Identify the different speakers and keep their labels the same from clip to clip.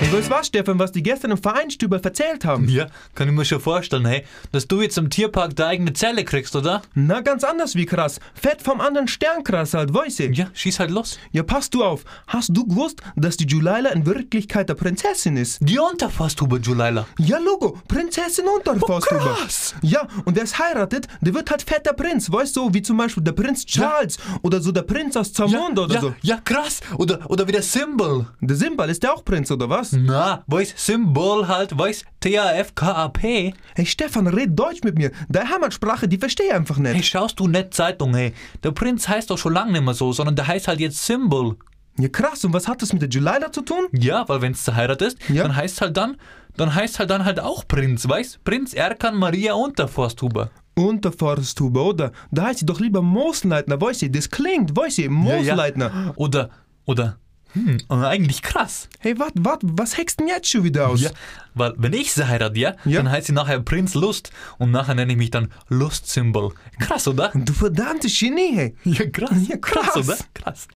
Speaker 1: Und weißt du was, Stefan, was die gestern im Vereinstüber erzählt haben?
Speaker 2: Ja, kann ich mir schon vorstellen, hey, dass du jetzt im Tierpark deine eigene Zelle kriegst, oder?
Speaker 1: Na, ganz anders wie krass. Fett vom anderen Stern krass halt, weiß ich.
Speaker 2: Ja, schieß halt los.
Speaker 1: Ja, pass du auf. Hast du gewusst, dass die Julila in Wirklichkeit der Prinzessin ist?
Speaker 2: Die Unterfasshuber, Julila.
Speaker 1: Ja, Logo, Prinzessin Unterfasshuber.
Speaker 2: Oh, krass.
Speaker 1: Ja, und der ist heiratet, der wird halt fetter Prinz, weißt du, wie zum Beispiel der Prinz Charles oder so der Prinz aus Zamunda oder
Speaker 2: ja,
Speaker 1: so.
Speaker 2: ja, krass. Oder, oder wie der Symbol.
Speaker 1: Der Simbal ist der auch Prinz, oder was?
Speaker 2: Na, weiß Symbol halt, weiß T-A-F-K-A-P.
Speaker 1: Hey Stefan, red Deutsch mit mir. Deine Heimatsprache, die verstehe ich einfach nicht.
Speaker 2: Hey, schaust du nicht Zeitung, hey. Der Prinz heißt doch schon lange nicht mehr so, sondern der heißt halt jetzt Symbol.
Speaker 1: Ja krass, und was hat das mit der Julila zu tun?
Speaker 2: Ja, weil wenn es heiratest,
Speaker 1: Ja.
Speaker 2: dann heißt halt dann, dann heißt halt dann halt auch Prinz, weißt? Prinz Erkan Maria Unterforsthuber.
Speaker 1: Unterforsthuber, oder? Da heißt sie doch lieber Moosleitner, weißt du? Das klingt, weißt du, Moosleitner.
Speaker 2: Oder, oder, hm, eigentlich krass.
Speaker 1: Hey, wat, wat, was hackst denn jetzt schon wieder aus?
Speaker 2: Ja, weil wenn ich sie heirate, ja,
Speaker 1: Ja.
Speaker 2: dann heißt sie nachher Prinz Lust und nachher nenne ich mich dann Lustsymbol. Krass, oder?
Speaker 1: Du verdammte Genie, hey.
Speaker 2: Ja, krass.
Speaker 1: Ja,
Speaker 2: Krass,
Speaker 1: krass.
Speaker 2: oder? Krass.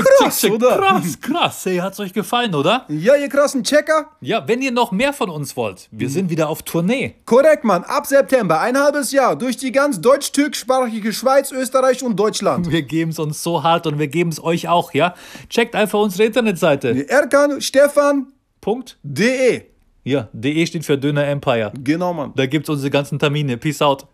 Speaker 3: Krass, oder?
Speaker 2: Krass, krass. Hey, hat's euch gefallen, oder?
Speaker 3: Ja, ihr krassen Checker.
Speaker 2: Ja, wenn ihr noch mehr von uns wollt, wir sind wieder auf Tournee.
Speaker 3: Korrekt, Mann. Ab September, ein halbes Jahr, durch die ganz deutsch-türkischsprachige Schweiz, Österreich und Deutschland.
Speaker 2: Wir geben's uns so hart und wir geben's euch auch, ja? Checkt einfach unsere Internetseite.
Speaker 3: Erkan Stefan
Speaker 2: Punkt.
Speaker 3: DE.
Speaker 2: Ja, de steht für Döner Empire.
Speaker 3: Genau, Mann.
Speaker 2: Da gibt's unsere ganzen Termine. Peace out.